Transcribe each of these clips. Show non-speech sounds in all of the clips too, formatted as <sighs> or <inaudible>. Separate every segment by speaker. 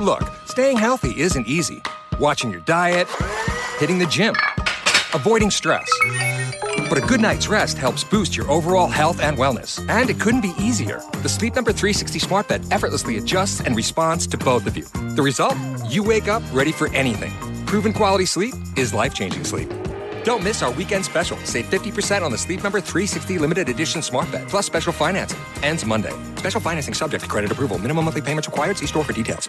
Speaker 1: Look, staying healthy isn't easy. Watching your diet, hitting the gym, avoiding stress. But a good night's rest helps boost your overall health and wellness. And it couldn't be easier. The Sleep Number 360 smart bed effortlessly adjusts and responds to both of you. The result? You wake up ready for anything. Proven quality sleep is life-changing sleep. Don't miss our weekend special. Save 50% on the Sleep Number 360 limited edition smart bed, plus special financing. Ends Monday. Special financing subject to credit approval. Minimum monthly payments required. See store for details.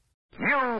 Speaker 2: New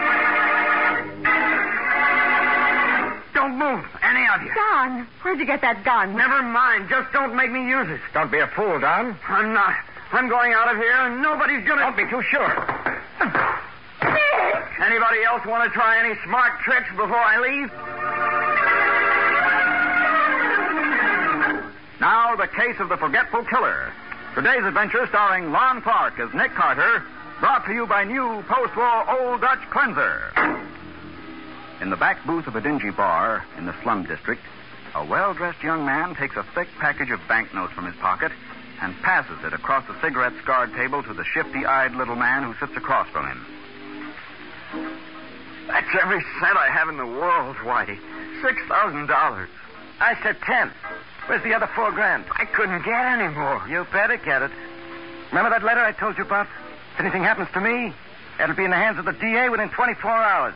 Speaker 3: Don't move, any of you.
Speaker 4: Don, where'd you get that gun?
Speaker 3: Never mind. Just don't make me use it.
Speaker 5: Don't be a fool, Don.
Speaker 3: I'm not. I'm going out of here, and nobody's gonna.
Speaker 5: Don't be too sure.
Speaker 3: Anybody else want to try any smart tricks before I leave?
Speaker 2: Now, the case of the forgetful killer. Today's adventure starring Lon Clark as Nick Carter, brought to you by new post war Old Dutch Cleanser. In the back booth of a dingy bar in the slum district, a well dressed young man takes a thick package of banknotes from his pocket and passes it across the cigarette scarred table to the shifty eyed little man who sits across from him.
Speaker 3: That's every cent I have in the world, Whitey. Six thousand dollars. I said ten. Where's the other four grand? I couldn't get any more.
Speaker 5: You better get it.
Speaker 3: Remember that letter I told you about? If anything happens to me, it'll be in the hands of the DA within 24 hours.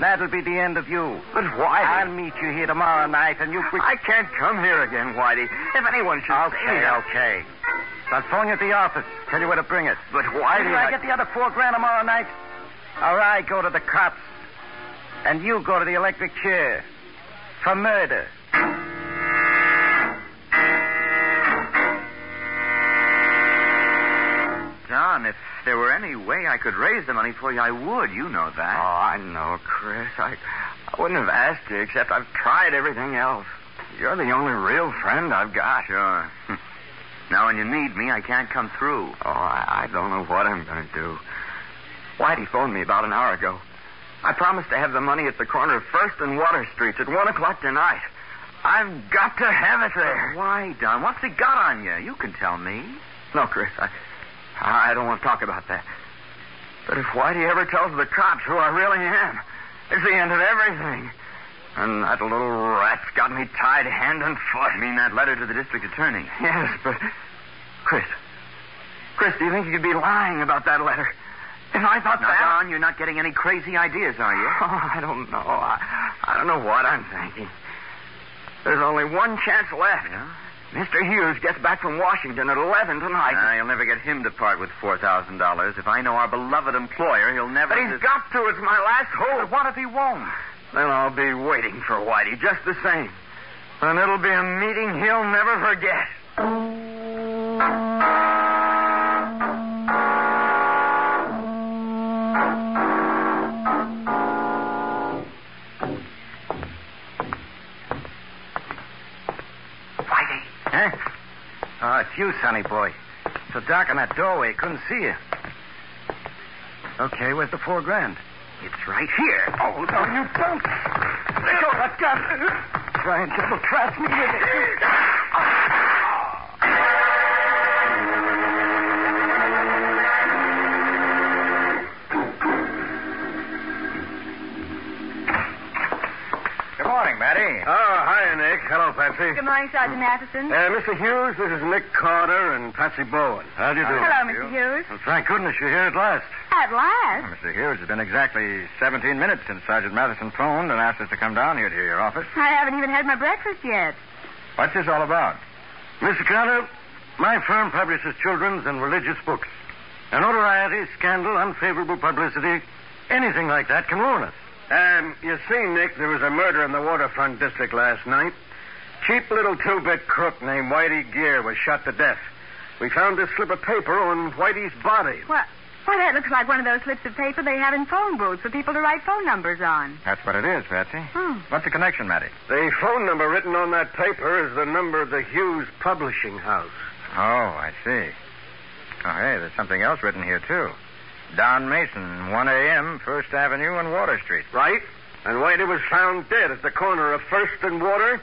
Speaker 3: That'll be the end of you.
Speaker 5: But Whitey.
Speaker 3: I'll meet you here tomorrow night, and you.
Speaker 5: I can't come here again, Whitey. If anyone should.
Speaker 3: Okay, okay. I'll phone you at the office. Tell you where to bring it.
Speaker 5: But Whitey.
Speaker 3: If I... I get the other four grand tomorrow night, or I go to the cops, and you go to the electric chair for murder.
Speaker 5: John, if there were any way I could raise the money for you, I would. You know that.
Speaker 3: Oh, I know, Chris. I, I wouldn't have asked you, except I've tried everything else. You're the only real friend I've got.
Speaker 5: Sure. <laughs> now, when you need me, I can't come through.
Speaker 3: Oh, I, I don't know what I'm going to do. Whitey phoned me about an hour ago. I promised to have the money at the corner of First and Water Streets at one o'clock tonight. I've got to have it there.
Speaker 5: But why, Don? What's he got on you? You can tell me.
Speaker 3: No, Chris. I, I don't want to talk about that. But if Whitey ever tells the cops who I really am, it's the end of everything. And that little rat's got me tied hand and foot.
Speaker 5: You mean that letter to the district attorney?
Speaker 3: Yes, but. Chris. Chris, do you think you could be lying about that letter? If I thought
Speaker 5: now,
Speaker 3: that.
Speaker 5: Don, you're not getting any crazy ideas, are you?
Speaker 3: Oh, I don't know. I, I don't know what I'm thinking. There's only one chance left.
Speaker 5: Yeah?
Speaker 3: Mr. Hughes gets back from Washington at 11 tonight.
Speaker 5: Ah, you'll never get him to part with $4,000. If I know our beloved employer, he'll never.
Speaker 3: But he's got to. It's my last hope.
Speaker 5: But what if he won't?
Speaker 3: Then I'll be waiting for Whitey just the same. And it'll be a meeting he'll never forget.
Speaker 5: Oh, it's you, sonny boy. It's so dark in that doorway, couldn't see you. Okay, where's the four grand? It's right here.
Speaker 3: Oh, no, you don't. Let go that gun. Try and double trap me with it.
Speaker 5: Matty.
Speaker 3: Oh, hi, Nick. Hello, Patsy.
Speaker 4: Good morning, Sergeant Matheson.
Speaker 3: Uh, Mr. Hughes, this is Nick Carter and Patsy Bowen. How do you do?
Speaker 4: Oh, Hello, Mr. Hughes.
Speaker 3: Well, thank goodness you're here at last.
Speaker 4: At last.
Speaker 5: Mr. Hughes, it's been exactly 17 minutes since Sergeant Matheson phoned and asked us to come down here to your office.
Speaker 4: I haven't even had my breakfast yet.
Speaker 5: What's this all about?
Speaker 3: Mr. Carter, my firm publishes children's and religious books. Notoriety, scandal, unfavorable publicity, anything like that can ruin us. Um, you see, Nick, there was a murder in the waterfront district last night. Cheap little two-bit crook named Whitey Gear was shot to death. We found this slip of paper on Whitey's body.
Speaker 4: What? Why, that looks like one of those slips of paper they have in phone booths for people to write phone numbers on.
Speaker 5: That's what it is, Patsy.
Speaker 4: Hmm.
Speaker 5: What's the connection, Matty?
Speaker 3: The phone number written on that paper is the number of the Hughes Publishing House.
Speaker 5: Oh, I see. Oh, hey, there's something else written here, too. Don Mason, 1 a.m., First Avenue and Water Street.
Speaker 3: Right? And Whitey was found dead at the corner of First and Water,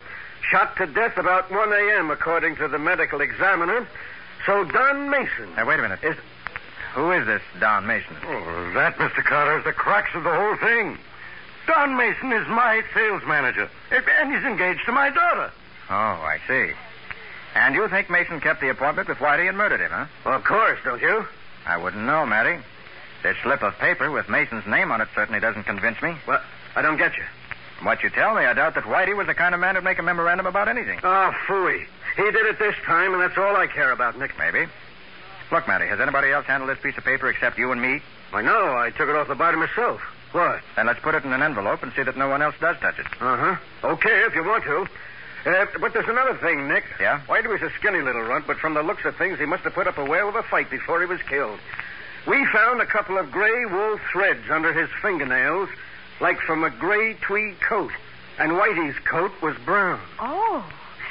Speaker 3: shot to death about 1 a.m., according to the medical examiner. So Don Mason.
Speaker 5: Now, wait a minute. Is... Who is this Don Mason?
Speaker 3: Oh, that, Mr. Carter, is the crux of the whole thing. Don Mason is my sales manager, and he's engaged to my daughter.
Speaker 5: Oh, I see. And you think Mason kept the appointment with Whitey and murdered him, huh?
Speaker 3: Well, of course, don't you?
Speaker 5: I wouldn't know, Matty. This slip of paper with Mason's name on it certainly doesn't convince me.
Speaker 3: Well, I don't get you.
Speaker 5: From what you tell me, I doubt that Whitey was the kind of man who'd make a memorandum about anything.
Speaker 3: Ah, phooey. He did it this time, and that's all I care about, Nick.
Speaker 5: Maybe. Look, Matty, has anybody else handled this piece of paper except you and me?
Speaker 3: I know. I took it off the body myself. What?
Speaker 5: Then let's put it in an envelope and see that no one else does touch it.
Speaker 3: Uh huh. Okay, if you want to. Uh, but there's another thing, Nick.
Speaker 5: Yeah?
Speaker 3: Whitey was a skinny little runt, but from the looks of things, he must have put up a whale of a fight before he was killed. We found a couple of gray wool threads under his fingernails, like from a gray tweed coat. And Whitey's coat was brown.
Speaker 4: Oh.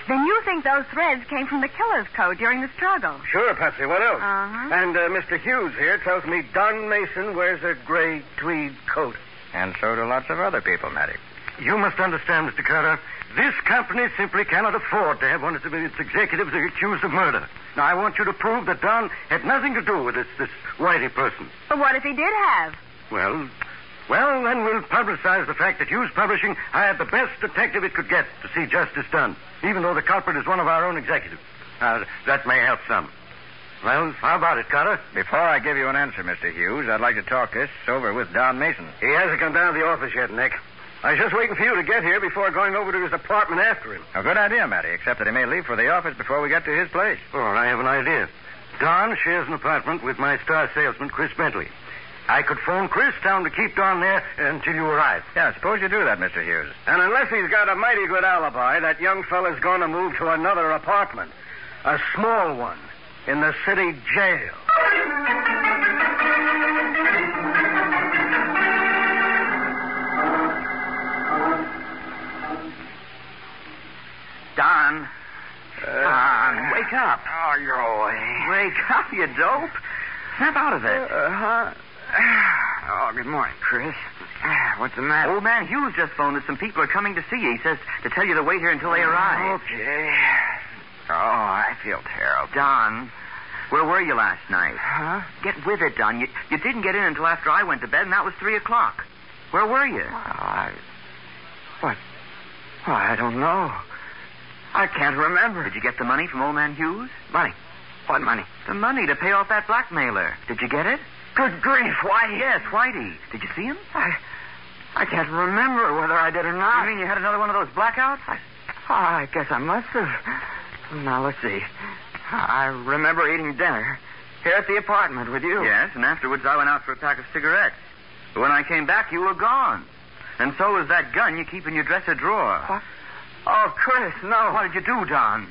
Speaker 4: Then you think those threads came from the killer's coat during the struggle.
Speaker 3: Sure, Patsy, what else?
Speaker 4: Uh-huh.
Speaker 3: And uh, Mr. Hughes here tells me Don Mason wears a gray tweed coat.
Speaker 5: And so do lots of other people, Matty.
Speaker 3: You must understand, Mr. Carter, this company simply cannot afford to have one of its executives accused of murder. Now, I want you to prove that Don had nothing to do with this, this Whitey person.
Speaker 4: But what if he did have?
Speaker 3: Well, well, then we'll publicize the fact that Hughes Publishing hired the best detective it could get to see justice done, even though the culprit is one of our own executives. Uh, that may help some. Well, how about it, Carter?
Speaker 5: Before I give you an answer, Mr. Hughes, I'd like to talk this over with Don Mason.
Speaker 3: He hasn't come down to the office yet, Nick. I was just waiting for you to get here before going over to his apartment after him.
Speaker 5: A good idea, Matty, except that he may leave for the office before we get to his place.
Speaker 3: Well, I have an idea. Don shares an apartment with my star salesman, Chris Bentley. I could phone Chris down to keep Don there until you arrive.
Speaker 5: Yeah, suppose you do that, Mr. Hughes.
Speaker 3: And unless he's got a mighty good alibi, that young fella's going to move to another apartment. A small one. In the city jail.
Speaker 5: Don.
Speaker 3: Don, Uh, wake up.
Speaker 5: Oh, you're away.
Speaker 3: Wake up, you dope.
Speaker 5: Snap out of it.
Speaker 3: Uh-huh.
Speaker 5: Uh, <sighs> Oh, good morning, Chris. <sighs> What's the matter?
Speaker 3: Old man Hughes just phoned us. Some people are coming to see you. He says to tell you to wait here until they arrive.
Speaker 5: Oh, Okay. Oh, I feel terrible.
Speaker 3: Don, where were you last night?
Speaker 5: Huh?
Speaker 3: Get with it, Don. You, you didn't get in until after I went to bed, and that was 3 o'clock. Where were you?
Speaker 5: Well, I. What? Well, I don't know. I can't remember.
Speaker 3: Did you get the money from old man Hughes?
Speaker 5: Money. What money?
Speaker 3: The money to pay off that blackmailer. Did you get it?
Speaker 5: Good grief, why?
Speaker 3: Yes, Whitey. Did you see him?
Speaker 5: I, I can't remember whether I did or not.
Speaker 3: You mean you had another one of those blackouts?
Speaker 5: I, oh, I guess I must have. Now, let's see. I remember eating dinner here at the apartment with you.
Speaker 3: Yes, and afterwards I went out for a pack of cigarettes. But when I came back, you were gone. And so was that gun you keep in your dresser drawer.
Speaker 5: What? Oh, Chris, no.
Speaker 3: What did you do, Don?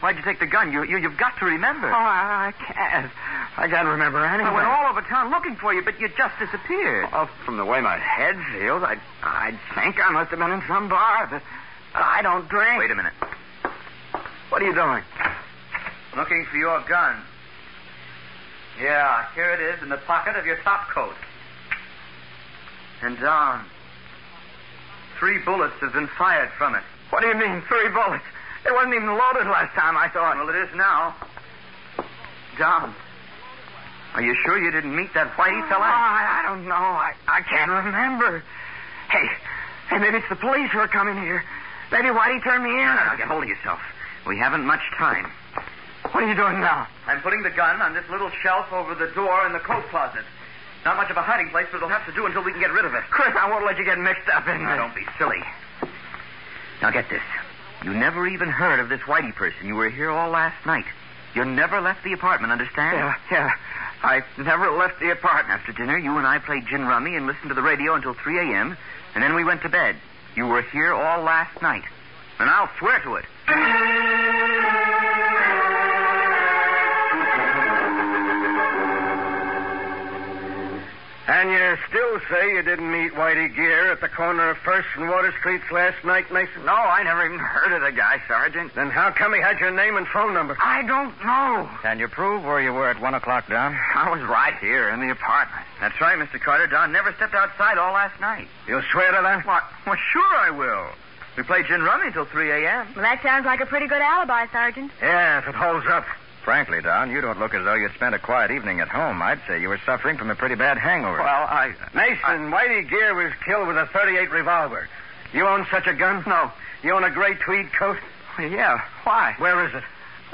Speaker 3: Why'd you take the gun? You, you, you've got to remember.
Speaker 5: Oh, I, I can't. I can't remember anything.
Speaker 3: I went all over town looking for you, but you just disappeared.
Speaker 5: Well, from the way my head feels, I, I'd think I must have been in some bar, but I don't drink.
Speaker 3: Wait a minute.
Speaker 5: What are you doing?
Speaker 3: Looking for your gun. Yeah, here it is in the pocket of your top coat. And Don, three bullets have been fired from it.
Speaker 5: What do you mean, three bullets? It wasn't even loaded last time I saw it.
Speaker 3: Well, it is now. Don, are you sure you didn't meet that whitey
Speaker 5: Oh,
Speaker 3: fella?
Speaker 5: I, I don't know. I, I can't remember. Hey, hey, maybe it's the police who are coming here.
Speaker 3: Maybe Whitey turned me in. Now, get hold of yourself. We haven't much time. What are you doing now? I'm putting the gun on this little shelf over the door in the coat closet. Not much of a hiding place, but it'll have to do until we can get rid of it. Chris, I won't let you get mixed up in this. Don't be silly. Now get this. You never even heard of this Whitey person. You were here all last night. You never left the apartment, understand? Yeah, yeah. I never left the apartment. After dinner, you and I played gin rummy and listened to the radio until 3 a.m., and then we went to bed. You were here all last night. And I'll swear to it.
Speaker 5: And you still say you didn't meet Whitey Gear at the corner of First and Water Streets last night, Mason?
Speaker 3: No, I never even heard of the guy, Sergeant.
Speaker 5: Then how come he had your name and phone number?
Speaker 3: I don't know.
Speaker 5: Can you prove where you were at one o'clock, Don?
Speaker 3: I was right here in the apartment. That's right, Mr. Carter. Don never stepped outside all last night.
Speaker 5: You swear to that?
Speaker 3: What? Well, sure I will. We played gin rummy until 3 a.m.
Speaker 4: Well, that sounds like a pretty good alibi, Sergeant.
Speaker 5: Yeah, if it holds up. Frankly, Don, you don't look as though you'd spent a quiet evening at home. I'd say you were suffering from a pretty bad hangover.
Speaker 3: Well, I.
Speaker 5: Mason, Whitey Gear was killed with a 38 revolver. You own such a gun?
Speaker 3: No.
Speaker 5: You own a gray tweed coat?
Speaker 3: Yeah, why?
Speaker 5: Where is it?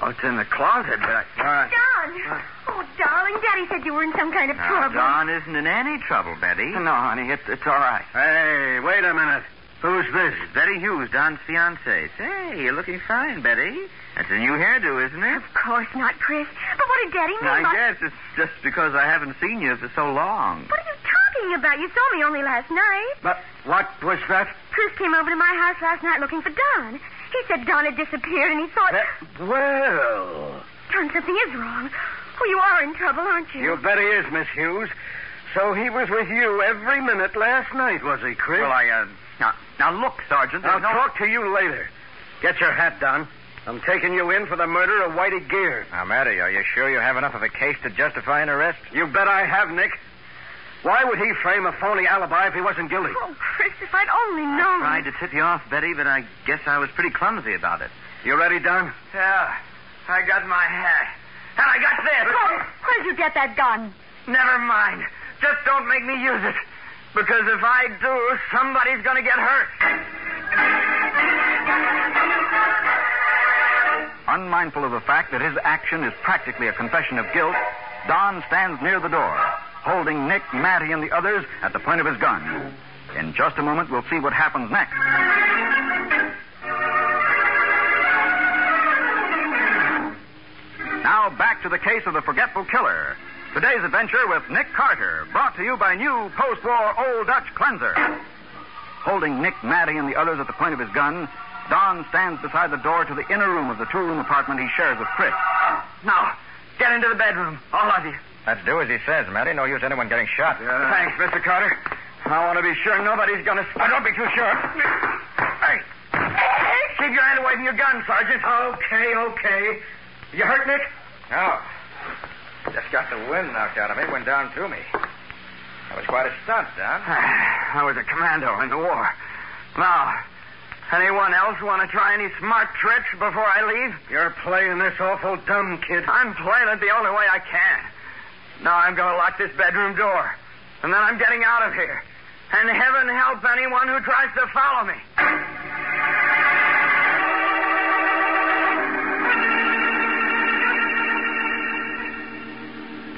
Speaker 3: Well, it's in the closet, but I.
Speaker 5: All right.
Speaker 4: Don! Oh, darling, Daddy said you were in some kind of trouble.
Speaker 3: Don isn't in any trouble, Betty. No, honey, it's it's all right.
Speaker 5: Hey, wait a minute. Who's this?
Speaker 3: Betty Hughes, Don's fiancée. Say, you're looking fine, Betty. That's a new hairdo, isn't it?
Speaker 4: Of course not, Chris. But what did Daddy
Speaker 3: I
Speaker 4: mean by...
Speaker 3: guess it's just because I haven't seen you for so long.
Speaker 4: What are you talking about? You saw me only last night.
Speaker 5: But what was that?
Speaker 4: Chris came over to my house last night looking for Don. He said Don had disappeared, and he thought...
Speaker 5: Well,
Speaker 4: Don, something is wrong. Oh, you are in trouble, aren't you?
Speaker 5: you bet he is, Miss Hughes. So he was with you every minute last night, was he, Chris?
Speaker 3: Well, I, uh. Now, now look, Sergeant.
Speaker 5: I'll
Speaker 3: there's no...
Speaker 5: talk to you later. Get your hat, Don. I'm taking you in for the murder of Whitey Gear. Now, Matty, are you sure you have enough of a case to justify an arrest? You bet I have, Nick. Why would he frame a phony alibi if he wasn't guilty?
Speaker 4: Oh, Chris, if I'd only
Speaker 3: I
Speaker 4: known.
Speaker 3: tried to tip you off, Betty, but I guess I was pretty clumsy about it.
Speaker 5: You ready, Don?
Speaker 3: Yeah, I got my hat. And I got this.
Speaker 4: Oh, where'd you get that gun?
Speaker 3: Never mind. Just don't make me use it. Because if I do, somebody's going to get hurt. Unmindful of the fact that his action is practically a confession of guilt, Don stands near the door, holding Nick, Matty, and the others at the point of his gun. In just a moment, we'll see what happens next. Now back to the case of the forgetful killer. Today's adventure with Nick Carter, brought to you by new post-war Old Dutch cleanser. Holding Nick, Matty, and the others at the point of his gun, Don stands beside the door to the inner room of the two-room apartment he shares with Chris. Now, get into the bedroom, all of you.
Speaker 5: Let's do as he says, Matty. No use anyone getting shot.
Speaker 3: Thanks, Mr. Carter. I want to be sure nobody's going to. Oh, don't be too sure. Hey, keep your hand away from your gun, Sergeant.
Speaker 5: Okay, okay. You hurt, Nick? No. Just got the wind knocked out of me. Went down to me. That was quite a stunt, Don.
Speaker 3: <sighs> I was a commando in the war. Now, anyone else want to try any smart tricks before I leave?
Speaker 5: You're playing this awful dumb, kid.
Speaker 3: I'm playing it the only way I can. Now I'm going to lock this bedroom door, and then I'm getting out of here. And heaven help anyone who tries to follow me.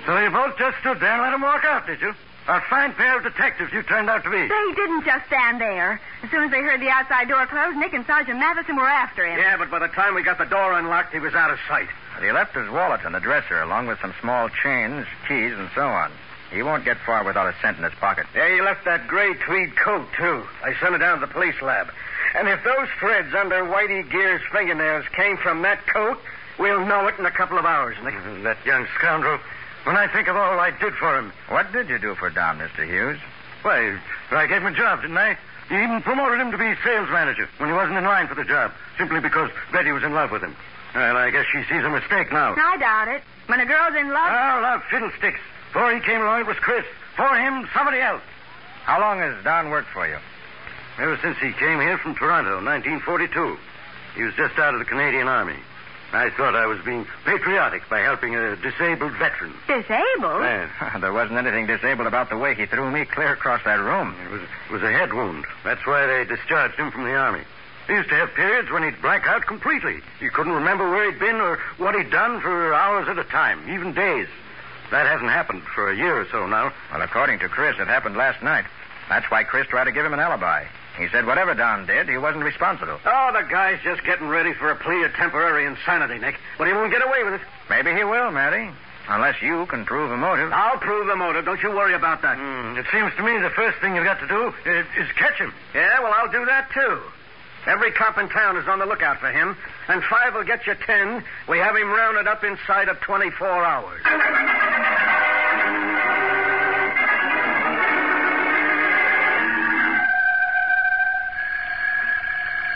Speaker 5: So you both just stood there and let him walk out, did you? A fine pair of detectives you turned out to be.
Speaker 4: They didn't just stand there. As soon as they heard the outside door close, Nick and Sergeant Matheson were after him.
Speaker 5: Yeah, but by the time we got the door unlocked, he was out of sight. But he left his wallet on the dresser, along with some small chains, keys, and so on. He won't get far without a cent in his pocket. Yeah, he left that gray tweed coat, too. I sent it down to the police lab. And if those threads under Whitey Gear's fingernails came from that coat, we'll know it in a couple of hours, Nick. Mm-hmm, That young scoundrel. When I think of all I did for him. What did you do for Don, Mr. Hughes? Why, I gave him a job, didn't I? You even promoted him to be sales manager when he wasn't in line for the job, simply because Betty was in love with him. Well, I guess she sees a mistake now.
Speaker 4: I doubt it. When a girl's in love,
Speaker 3: Uh.
Speaker 5: Oh, love, fiddlesticks. Before he came along, it was Chris. For him, somebody else. How long has Don worked for you? Ever since he came here from Toronto, 1942. He was just out of the Canadian Army. I thought I was being patriotic by helping a disabled veteran.
Speaker 4: disabled.
Speaker 5: there wasn't anything disabled about the way he threw me clear across that room. It was, it was a head wound. That's why they discharged him from the Army.
Speaker 3: He used to have periods when he'd blank out completely. He couldn't remember where he'd been or what he'd done for hours at a time, even days. That hasn't happened for a year or so now. Well, according to Chris, it happened last night. That's why Chris tried to give him an alibi. He said whatever Don did, he wasn't responsible. Oh, the guy's just getting ready for a plea of temporary insanity, Nick. But he won't get away with it. Maybe he will, Matty. Unless you can prove a motive. I'll prove the motive. Don't you worry about that. it seems to me the first thing you've got to do is, is catch him. Yeah, well, I'll do that, too. Every cop in town is on the lookout for him, and five will get you ten. We have him rounded up inside of 24 hours.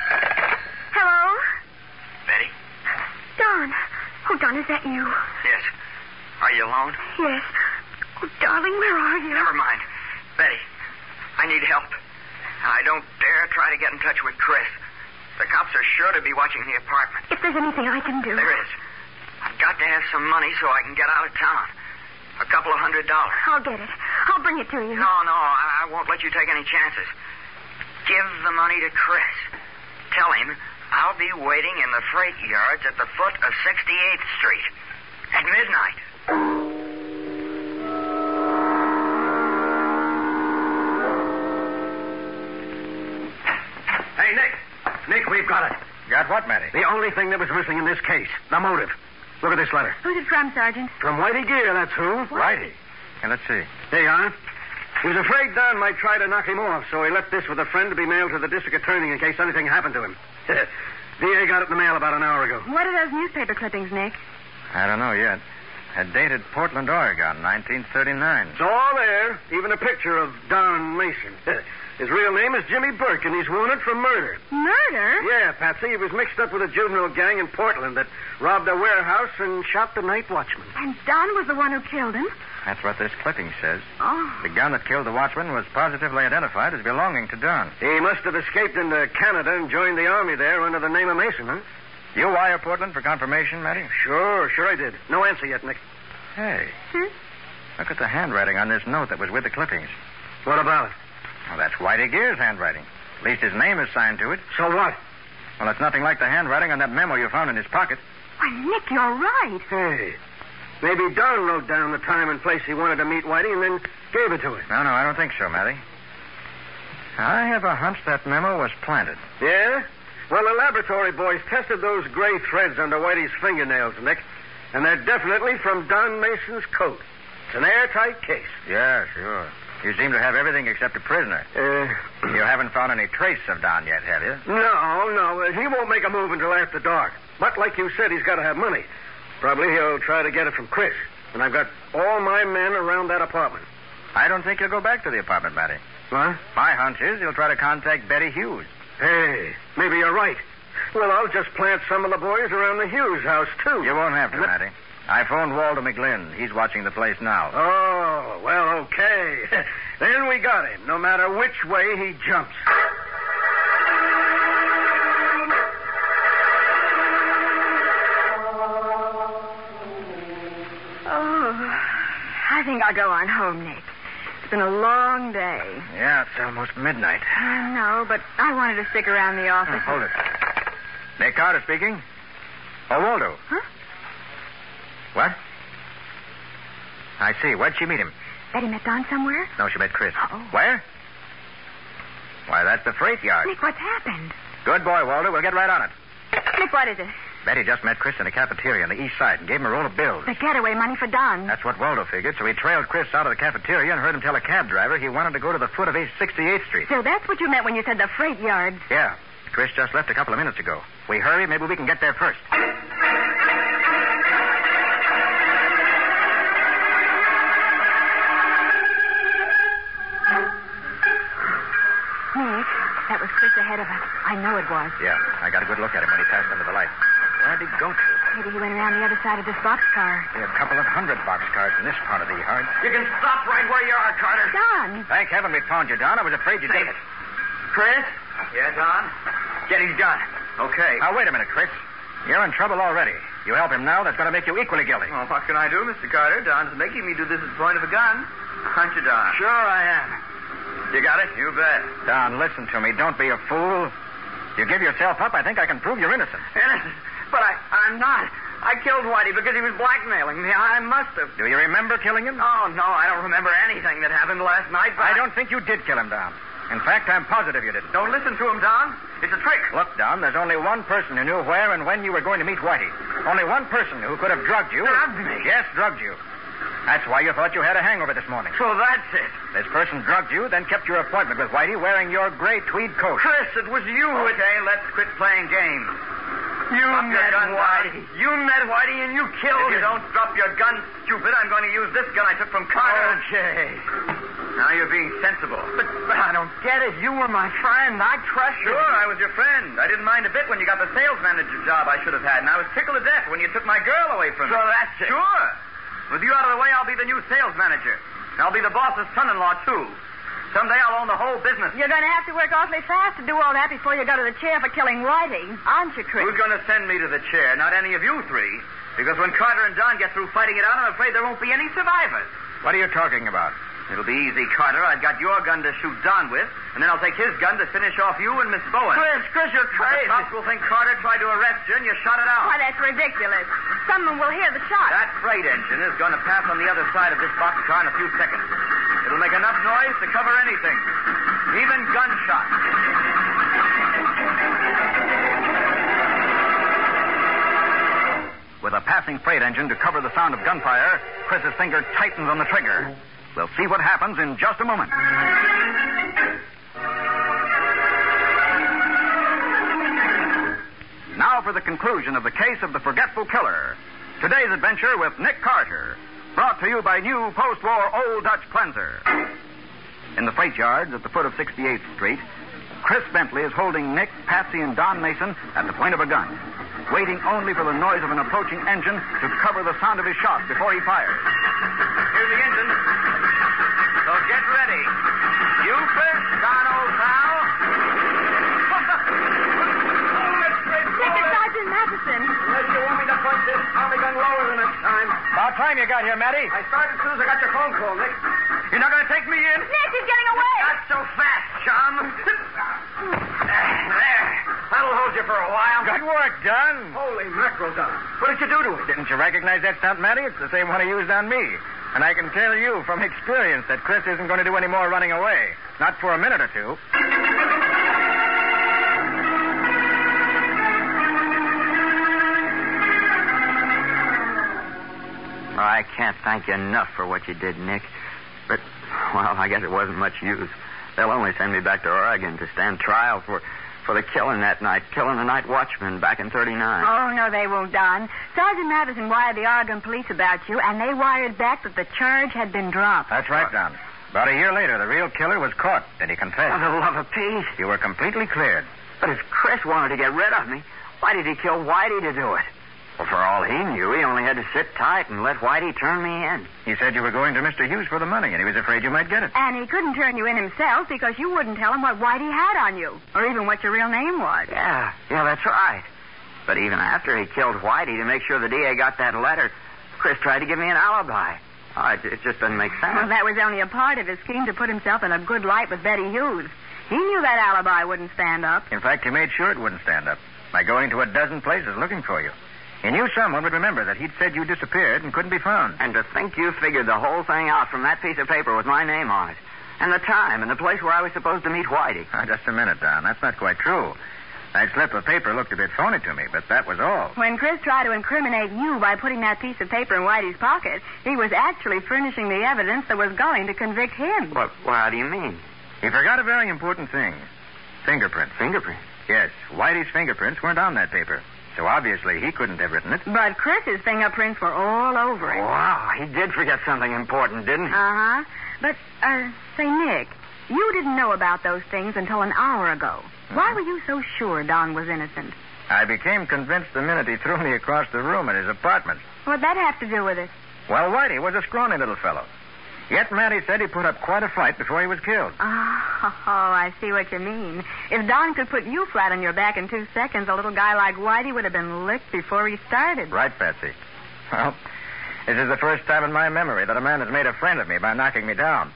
Speaker 4: Hello?
Speaker 6: Betty?
Speaker 4: Don. Oh, Don, is that you?
Speaker 6: Yes. Are you alone?
Speaker 4: Yes. Oh, darling, where are you?
Speaker 6: Never mind. Betty, I need help. And I don't dare try to get in touch with Chris. The cops are sure to be watching the apartment.
Speaker 4: If there's anything I can do.
Speaker 6: There is. I've got to have some money so I can get out of town. A couple of hundred dollars.
Speaker 4: I'll get it. I'll bring it to you.
Speaker 6: No, no, I, I won't let you take any chances. Give the money to Chris. Tell him I'll be waiting in the freight yards at the foot of 68th Street at midnight.
Speaker 3: Hey, Nick. Nick, we've got it. Got what, Matty? The only thing that was missing in this case the motive. Look at this letter.
Speaker 4: Who's it from, Sergeant?
Speaker 3: From Whitey Gear, that's who. Whitey. And let's see. There you are. He was afraid Don might try to knock him off, so he left this with a friend to be mailed to the district attorney in case anything happened to him. DA got it in the mail about an hour ago.
Speaker 4: What are those newspaper clippings, Nick?
Speaker 3: I don't know yet. It dated Portland, Oregon, 1939. It's all there, even a picture of Don Mason. His real name is Jimmy Burke, and he's wanted for murder.
Speaker 4: Murder?
Speaker 3: Yeah, Patsy, he was mixed up with a juvenile gang in Portland that robbed a warehouse and shot the night watchman.
Speaker 4: And Don was the one who killed him?
Speaker 3: That's what this clipping says.
Speaker 4: Oh.
Speaker 3: The gun that killed the watchman was positively identified as belonging to Don. He must have escaped into Canada and joined the army there under the name of Mason, huh? You wire Portland for confirmation, Matty? Sure, sure I did. No answer yet, Nick. Hey,
Speaker 4: Hmm?
Speaker 3: look at the handwriting on this note that was with the clippings. What about it? Well, that's Whitey Gear's handwriting. At least his name is signed to it. So what? Well, it's nothing like the handwriting on that memo you found in his pocket.
Speaker 4: Why, Nick, you're right.
Speaker 3: Hey, maybe Don wrote down the time and place he wanted to meet Whitey and then gave it to him. No, no, I don't think so, Matty. I have a hunch that memo was planted. Yeah? Well, the laboratory boys tested those gray threads under Whitey's fingernails, Nick, and they're definitely from Don Mason's coat. It's an airtight case. Yeah, sure. You seem to have everything except a prisoner. Uh, you haven't found any trace of Don yet, have you? No, no. Uh, He won't make a move until after dark. But like you said, he's got to have money. Probably he'll try to get it from Chris. And I've got all my men around that apartment. I don't think he'll go back to the apartment, Matty. What? My hunch is he'll try to contact Betty Hughes. Hey, maybe you're right. Well, I'll just plant some of the boys around the Hughes house, too. You won't have to, Matty. I phoned Walter McGlynn. He's watching the place now. Oh, well, okay. <laughs> then we got him, no matter which way he jumps.
Speaker 4: Oh, I think I'll go on home, Nick. It's been a long day.
Speaker 3: Yeah, it's almost midnight.
Speaker 4: I know, but I wanted to stick around the office.
Speaker 3: hold it. Nick Carter speaking. Oh, Waldo.
Speaker 4: Huh?
Speaker 3: What? I see. Where'd she meet him?
Speaker 4: Betty met Don somewhere?
Speaker 3: No, she met Chris.
Speaker 4: Uh-oh.
Speaker 3: Where? Why, that's the freight yard.
Speaker 4: Nick, what's happened?
Speaker 3: Good boy, Waldo. We'll get right on it.
Speaker 4: Nick, what is it?
Speaker 3: Betty just met Chris in a cafeteria on the east side and gave him a roll of bills.
Speaker 4: The getaway money for Don.
Speaker 3: That's what Waldo figured, so he trailed Chris out of the cafeteria and heard him tell a cab driver he wanted to go to the foot of East 68th Street.
Speaker 4: So that's what you meant when you said the freight yards.
Speaker 3: Yeah. Chris just left a couple of minutes ago. We hurry, maybe we can get there first.
Speaker 4: Nick, that was Chris ahead of us. I know it was.
Speaker 3: Yeah, I got a good look at him when he passed under the light. Where'd he go to?
Speaker 4: Maybe he went around the other side of this boxcar.
Speaker 3: There are a couple of hundred boxcars in this part of the yard. You can stop right where you are, Carter.
Speaker 4: Don!
Speaker 3: Thank heaven we found you, Don. I was afraid you did it. Chris? Yeah, Don? Get his gun. Okay. Now, wait a minute, Chris. You're in trouble already. You help him now, that's going to make you equally guilty.
Speaker 6: Well, what can I do, Mr. Carter? Don's making me do this at the point of a gun. Aren't you, Don?
Speaker 3: Sure I am.
Speaker 6: You got it? You bet.
Speaker 3: Don, listen to me. Don't be a fool.
Speaker 5: You give yourself up, I think I can prove you're innocent.
Speaker 3: Innocent. But I, I'm not. I killed Whitey because he was blackmailing me. I must have.
Speaker 5: Do you remember killing him?
Speaker 3: Oh, no, I don't remember anything that happened last night. But
Speaker 5: I don't think you did kill him, Don. In fact, I'm positive you didn't.
Speaker 3: Don't listen to him, Don. It's a trick.
Speaker 5: Look, Don, there's only one person who knew where and when you were going to meet Whitey. Only one person who could have drugged you.
Speaker 3: Drugged me?
Speaker 5: Yes, drugged you. That's why you thought you had a hangover this morning.
Speaker 3: So that's it.
Speaker 5: This person drugged you, then kept your appointment with Whitey wearing your gray tweed coat.
Speaker 3: Chris, it was you. who-
Speaker 5: Okay, let's quit playing games.
Speaker 3: You
Speaker 5: Drop your
Speaker 3: met
Speaker 5: gun, Don.
Speaker 3: Whitey. You met Whitey and you killed
Speaker 5: If you
Speaker 3: him.
Speaker 5: don't
Speaker 3: drop your gun, stupid, I'm going to use this gun I took from
Speaker 5: Carter.
Speaker 3: Okay. Now you're being sensible. But, but I don't get it. You were my friend. I trust you.
Speaker 5: Sure, I
Speaker 3: was your friend. I didn't mind a bit when you got the sales manager job I should have had, and I was tickled to death when you took my girl away from
Speaker 5: me.
Speaker 3: So that's it. Sure. With you out of the way, I'll be the new sales manager. And I'll be the boss's son-in-law, too. Someday I'll own the whole business.
Speaker 4: You're going to have to work awfully fast to do all that before you go to the chair for killing Whitey, aren't you, Chris?
Speaker 3: Who's going to send me to the chair? Not any of you three. Because when Carter and Don get through fighting it out, I'm afraid there won't be any survivors.
Speaker 5: What are you talking about?
Speaker 3: It'll be easy, Carter. I've got your gun to shoot Don with, and then I'll take his gun to finish off you and Miss Bowen.
Speaker 4: Chris,
Speaker 3: Chris, you're crazy. The cops will think Carter tried to arrest you, and you shot it out.
Speaker 4: Why, Oh, that's ridiculous. Someone will hear the shot.
Speaker 3: That freight engine is going to pass on the other side of this boxcar in a few seconds. It'll make enough noise to cover anything, even gunshots. With a passing freight engine to cover the sound of gunfire, Chris's finger tightens on the trigger. We'll see what happens in just a moment. Now for the conclusion of the case of the forgetful killer. Today's adventure with Nick Carter, brought to you by new post war Old Dutch Cleanser. In the freight yards at the foot of 68th Street, Chris Bentley is holding Nick, Patsy, and Don Mason at the point of a gun, waiting only for the noise of an approaching engine to cover the sound of his shot before he fires. Here's the engine. So get ready. You first, Don, old pal.
Speaker 4: Mr. Sergeant Matheson.
Speaker 3: Unless you want me to punch this Tommy gun lower the next time.
Speaker 5: About time you got here, Matty.
Speaker 3: I started as soon as I got your phone call, Nick. You're not going to take me in?
Speaker 4: Nick, he's getting away.
Speaker 3: Not so fast, <laughs> chum. there. That'll hold you for a while. Oh,
Speaker 5: Good work, Don.
Speaker 3: Holy mackerel, Doc. What did you do to it?
Speaker 5: Didn't you recognize that stunt, Matty? It's the same one he used on me. And I can tell you from experience that Chris isn't going to do any more running away. Not for a minute or two.
Speaker 3: I can't thank you enough for what you did, Nick. But, well, I guess it wasn't much use. They'll only send me back to Oregon to stand trial for, for the killing that night, killing the night watchman back in 39.
Speaker 4: Oh, no, they won't, Don. Sergeant Matheson wired the Oregon police about you, and they wired back that the charge had been dropped.
Speaker 5: That's right, Don. About a year later, the real killer was caught, and he
Speaker 3: For
Speaker 5: confessed.
Speaker 3: the love of Pete.
Speaker 5: You were completely cleared.
Speaker 3: But if Chris wanted to get rid of me, why did he kill Whitey to do it? Well, for all he knew, he only had to sit tight and let Whitey turn me in.
Speaker 5: He said you were going to Mr. Hughes for the money, and he was afraid you might get it.
Speaker 4: And he couldn't turn you in himself because you wouldn't tell him what Whitey had on you, or even what your real name was.
Speaker 3: Yeah, yeah, that's right. But even after he killed Whitey to make sure the DA got that letter, Chris tried to give me an alibi. Oh, it, it just doesn't make sense.
Speaker 4: Well, that was only a part of his scheme to put himself in a good light with Betty Hughes. He knew that alibi wouldn't stand up.
Speaker 5: In fact, he made sure it wouldn't stand up by going to a dozen places looking for you. He knew someone would remember that he'd said you disappeared and couldn't be found.
Speaker 3: And to think you figured the whole thing out from that piece of paper with my name on it. And the time and the place where I was supposed to meet Whitey.
Speaker 5: Ah, just a minute, Don. That's not quite true. That slip of paper looked a bit phony to me, but that was all.
Speaker 4: When Chris tried to incriminate you by putting that piece of paper in Whitey's pocket, he was actually furnishing the evidence that was going to convict him.
Speaker 3: What, well, how do you mean?
Speaker 5: He forgot a very important thing fingerprints.
Speaker 3: Fingerprint.
Speaker 5: Yes, Whitey's fingerprints weren't on that paper. So obviously he couldn't have written it.
Speaker 4: But Chris's fingerprints were all over it.
Speaker 3: Wow, he did forget something important, didn't he?
Speaker 4: Uh huh. But, uh, say, Nick, you didn't know about those things until an hour ago. Why were you so sure Don was innocent?
Speaker 5: I became convinced the minute he threw me across the room at his apartment.
Speaker 4: What'd that have to do with it?
Speaker 5: Well, Whitey was a scrawny little fellow. Yet Matty said he put up quite a fight before he was killed.
Speaker 4: Oh, I see what you mean. If Don could put you flat on your back in two seconds, a little guy like Whitey would have been licked before he started.
Speaker 5: Right, Patsy. Well, this is the first time in my memory that a man has made a friend of me by knocking me down.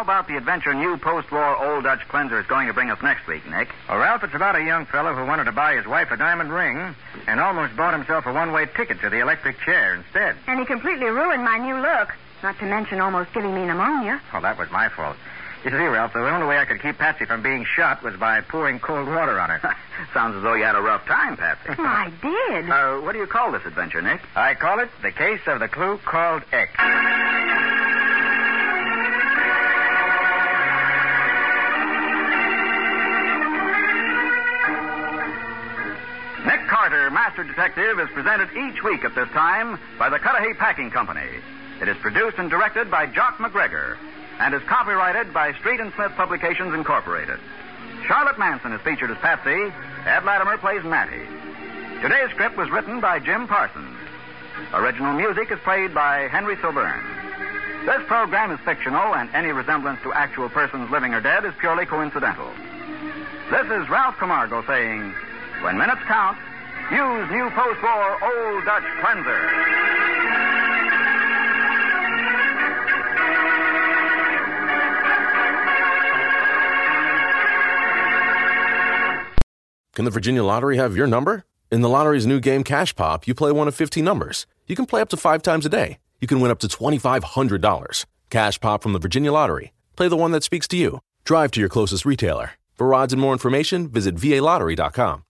Speaker 3: about the adventure new post war Old Dutch cleanser is going to bring us next week, Nick?
Speaker 7: Well, Ralph, it's about a young fellow who wanted to buy his wife a diamond ring and almost bought himself a one way ticket to the electric chair instead.
Speaker 4: And he completely ruined my new look. Not to mention almost giving me pneumonia.
Speaker 7: Well, that was my fault. You see, Ralph, the only way I could keep Patsy from being shot was by pouring cold water on her.
Speaker 3: <laughs> Sounds as though you had a rough time, Patsy.
Speaker 4: Well, I
Speaker 3: <laughs>
Speaker 4: did.
Speaker 3: Uh, what do you call this adventure, Nick?
Speaker 7: I call it the case of the clue called X.
Speaker 3: Nick Carter, Master Detective, is presented each week at this time by the Cudahy Packing Company. It is produced and directed by Jock McGregor and is copyrighted by Street and Smith Publications Incorporated. Charlotte Manson is featured as Patsy. Ed Latimer plays Matty. Today's script was written by Jim Parsons. Original music is played by Henry Silburn. This program is fictional, and any resemblance to actual persons living or dead is purely coincidental. This is Ralph Camargo saying, when minutes count, use new post-war Old Dutch cleanser.
Speaker 8: Can the Virginia Lottery have your number? In the lottery's new game Cash Pop, you play one of 15 numbers. You can play up to five times a day. You can win up to $2,500. Cash Pop from the Virginia Lottery. Play the one that speaks to you. Drive to your closest retailer. For odds and more information, visit VALottery.com.